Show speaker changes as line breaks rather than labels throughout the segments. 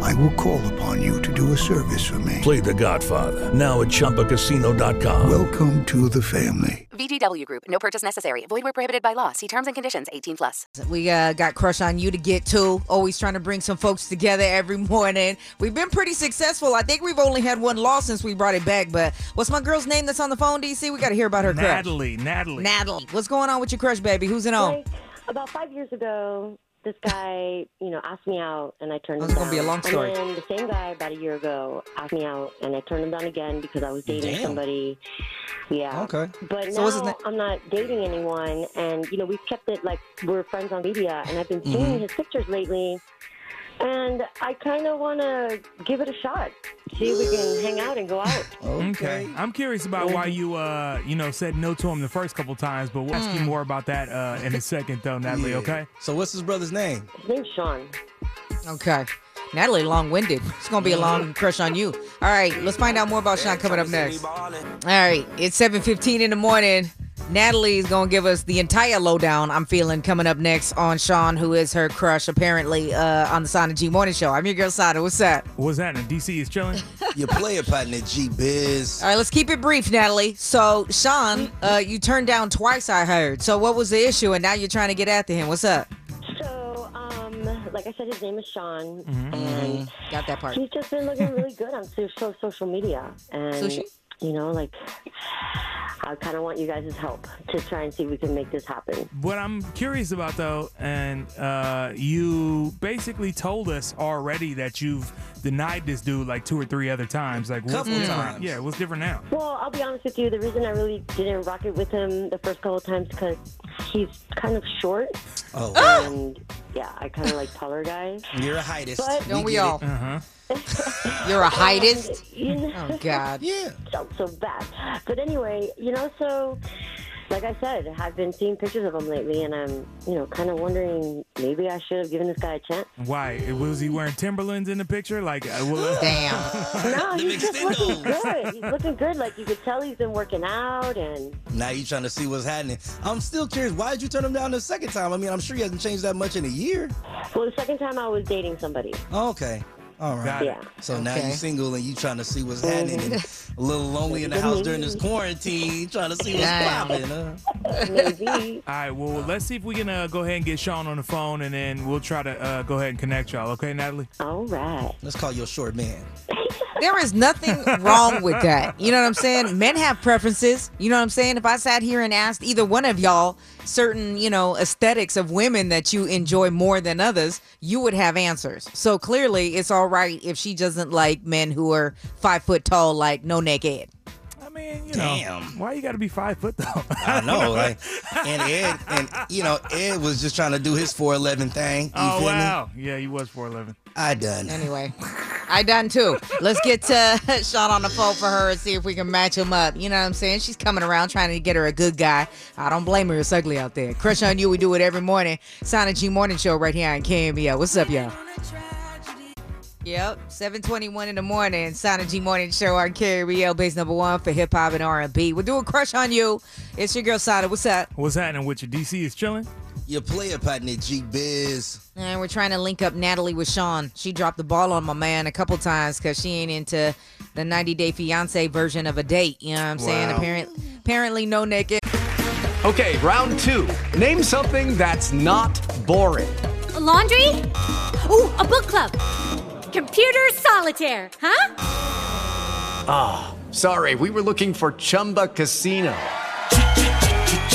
I will call upon you to do a service for me.
Play The Godfather now at ChumbaCasino.com.
Welcome to the family.
VGW Group. No purchase necessary. Void where prohibited by law. See terms and conditions. 18 plus.
We uh, got crush on you to get to. Always trying to bring some folks together every morning. We've been pretty successful. I think we've only had one loss since we brought it back. But what's my girl's name that's on the phone, DC? We got to hear about her
Natalie, Natalie.
crush. Natalie. What's going on with your crush, baby? Who's it on?
Like, about five years ago, this guy, you know, asked me out, and I turned
Oh,
him
it's
down.
gonna be a long story.
And then the same guy about a year ago asked me out, and I turned him down again because I was dating
Damn.
somebody. Yeah.
Okay.
But
So
now
what's his na-
I'm not dating anyone, and you know we've kept it like we're friends on media, and I've been seeing
Mm-hmm.
his pictures lately, and I kind of want to give it a shot, see if we can hang out and go out.
Okay. I'm curious about why you, uh, you know, said no to him the first couple times, but we'll ask
Hmm.
you more about that uh, in a second, though, Natalie. Okay.
So what's his brother's name?
His name's Sean.
Okay. Natalie, long winded. It's going to be a long crush on you. All right, let's find out more about Sean coming up next. All right, it's 7.15 in the morning. Natalie is going to give us the entire lowdown, I'm feeling, coming up next on Sean, who is her crush, apparently, uh, on the Sana G Morning Show. I'm your girl, Sada. What's up?
What's happening? DC is chilling.
Your player partner, G Biz.
All right, let's keep it brief, Natalie. So, Sean, uh, you turned down twice, I heard. So, what was the issue? And now you're trying to get after him. What's up?
So, um, like I said, his name is Sean,
Mm-hmm.
and
Got that part.
He's just been looking really good on social, social media, and
Sushi?
you know, like I kind of want you guys' help to try and see if we can make this happen.
What I'm curious about, though, and uh, you basically told us already that you've denied this dude like two or three other times. Like, what's
Couple
different?
times.
Yeah, what's different now?
Well, I'll be honest with you. The reason I really didn't rock it with him the first couple of times because he's kind of short,
Oh,
and yeah, I kind of like taller guys.
you're a heightist.
But-
Don't we,
get
all?
it. Uh-huh.
You're a heightist?
And, you know,
Oh, God.
Yeah.
felt so bad. But anyway, you know, so like I said, I've been seeing pictures of him lately, and I'm, you know, kind of wondering maybe I should have given this guy a chance.
Why? Was he wearing Timberlands in the picture? Like, uh, well,
Damn.
No,
Oh,
he's just looking
extendos.
good. He's looking good. Like you could tell he's been working out, and
Now you trying to see what's happening. I'm still curious. Why did you turn him down the second time? I mean, I'm sure he hasn't changed that much in a year.
well, the second time I was dating somebody.
Okay. All right.
Got it.
Yeah.
So now
Okay.
you're single and you trying to see what's happening. And a little lonely in the house during this quarantine, trying to see what's
Damn.
popping. Huh?
Maybe.
All right, well, let's see if we can uh, go ahead and get Sean on the phone, and then we'll try to uh, go ahead and connect y'all. Okay, Natalie?
All right.
Let's call your short man.
There is nothing wrong with that. You know what I'm saying? Men have preferences. You know what I'm saying? If I sat here and asked either one of y'all certain, you know, aesthetics of women that you enjoy more than others, you would have answers. So clearly, it's all right if she doesn't like men who are five foot tall, like no naked.
I mean, you know,
Damn.
why you got to be five foot though?
I know, like, and Ed, and you know, Ed was just trying to do his 411 thing. You
oh
feel
wow, yeah, he was four eleven.
me? I done.
Anyway, I done too. Let's get to Sean on the phone for her and see if we can match him up. You know what I'm saying? She's coming around trying to get her a good guy. I don't blame her. It's ugly out there. Crush on you. We do it every morning. Sign a G Morning Show right here on KMBL. What's up, y'all? Yep, 721 in the morning. Sign a G Morning Show on KMBL, base number one for hip hop and R&B. We're doing Crush on You. It's your girl, Sada. What's up?
What's happening with your DC is chilling.
Your player partner, G Biz.
And we're trying to link up Natalie with Sean. She dropped the ball on my man a couple times because she ain't into the 90 Day Fiance version of a date. You know what I'm saying?
Wow.
Apparent, apparently, no naked.
Okay, round two. Name something that's not boring.
laundry? Ooh, a book club. Computer solitaire, huh?
Ah, Sorry, we were looking for Chumba Casino.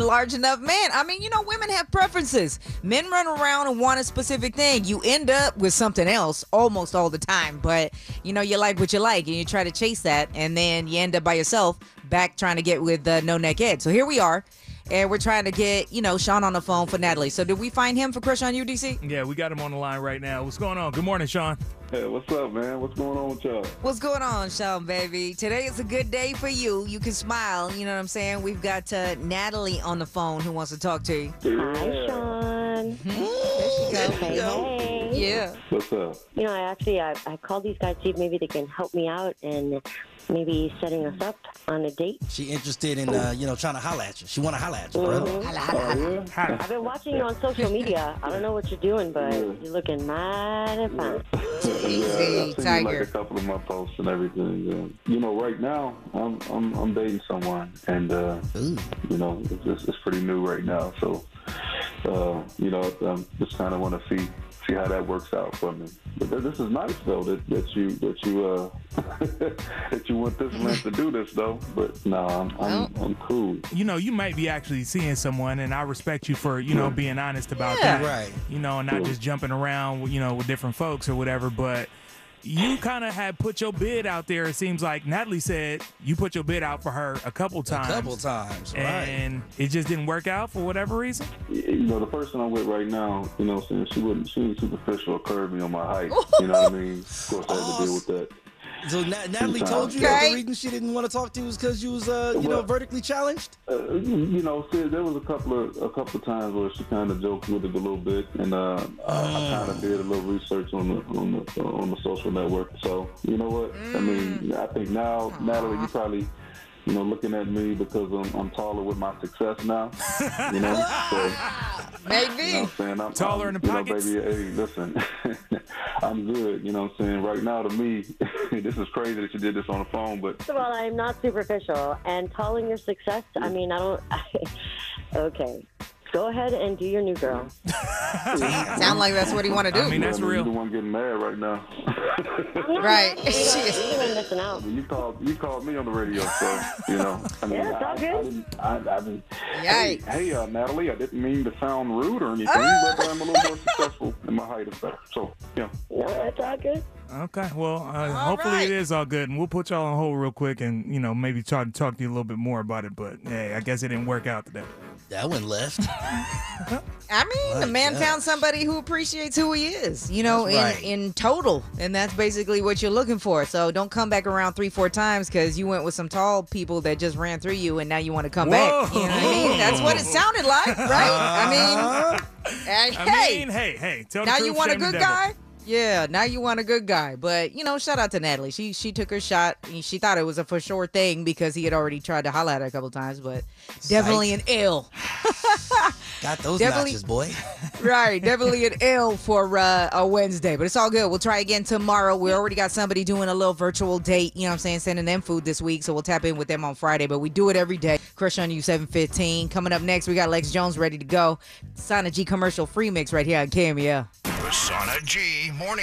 a large enough man. I mean, you know, women have preferences. Men run around and want a specific thing. You end up with something else almost all the time. But you know, you like what you like, and you try to chase that, and then you end up by yourself, back trying to get with uh, no neck ed. So here we are, and we're trying to get you know Sean on the phone for Natalie. So did we find him for Crush on UDC?
Yeah, we got him on the line right now. What's going on? Good morning, Sean.
Hey, what's up, man? What's going on with y'all?
What's going on, Sean, baby? Today is a good day for you. You can smile. You know what I'm saying? We've got uh, Natalie on the phone who wants to talk to you.
Hi, Sean.
Mm-hmm. There
Hey,
she go.
hey.
Yeah.
What's up?
You know, I actually I, I called these guys see if maybe they can help me out and maybe setting us up on a date.
She interested in uh, you know trying to holla at you. She want to holla at you, brother.
Oh,
Hi.
I've been watching you on social media. I don't know what you're doing, but
Mm.
you're looking mad and fine.
yeah?
Easy,
yeah, I've seen like
tiger.
a couple of my posts and everything. And, you know, right now, I'm I'm, I'm dating someone, and uh, you know, it's, it's, it's pretty new right now. So, uh, you know, I'm just kind of want to see see how that works out for me. But th- this is nice though that, that you that you uh, that you want this man to do this though. But no, I'm I'm, I'm cool.
You know, you might be actually seeing someone, and I respect you for you know being honest about
Yeah.
that.
Right.
You know, and not just jumping around, you know, with different folks or whatever. But you kind of had put your bid out there. It seems like Natalie said you put your bid out for her a couple
A
times.
couple times, right?
And it just didn't work out for whatever reason.
you know, the person I'm with right now, you know, what I'm saying she wouldn't, she was superficial, curvy on my height. You know what I mean? Of course, I had to deal with that.
Oh, So Na- Natalie told you that
Okay.
the reason she didn't want to talk to you was because you was uh, you know
Well-
vertically challenged.
Uh, you know, see, there was a couple of a couple of times where she kind of joked with it a little bit, and uh, I, I kind of did a little research on the on the on the social network. So you know what? I mean, I think now, Natalie, you probably. You know, looking at me because I'm, I'm taller with my success now. You know, so You know
Maybe.
what I'm saying? I'm,
Taller
I'm,
in the
you know,
pockets.
baby, hey, listen, I'm good. You know what I'm saying? Right now, to me, this is crazy that you did this on the phone, but
First of all, I'm not superficial, and calling your success. I
Mm.
mean, I don't. okay, go ahead and do your new girl.
Sound like that's what he want to do.
I mean, that's
you know,
real.
You're the one getting mad right now.
right.
You're really missing out.
you called you called me on the radio, so you know. I mean,
Yeah, it's all
I, I
good.
didn't. I, I didn't hey,
Yikes.
hey uh, Natalie, I didn't mean to sound rude or anything, but I'm a little more successful, and my height is better. So yeah.
No, that's all good.
Okay. Well, uh, hopefully
right.
it is all good, and we'll put y'all on hold real quick, and you know maybe try to talk to you a little bit more about it. But hey, I guess it didn't work out today.
That one left.
I mean, the
My
man
gosh.
found somebody who appreciates who he is, you know,
That's
in,
right.
in total. And that's basically what you're looking for. So don't come back around three, four times because you went with some tall people that just ran through you and now you want to come back. You know what I mean? That's what it sounded like, right? I mean, hey,
Uh-huh. I mean, hey, hey, tell the
now
truth,
you want a
shame the
good
devil.
guy? Yeah, now you want a good guy. But you know, shout out to Natalie. She she took her shot. and She thought it was a for sure thing because he had already tried to holler at her a couple times, but definitely an L.
Got those
Definitely-
notches, boy.
Right, definitely an L for uh, a Wednesday, but it's all good. We'll try again tomorrow. We already got somebody doing a little virtual date, you know what I'm saying, sending them food this week, so we'll tap in with them on Friday, but we do it every day. Crush on you 715. Coming up next, we got Lex Jones ready to go. Sana G commercial free mix right here on Cameo.
Persona G morning.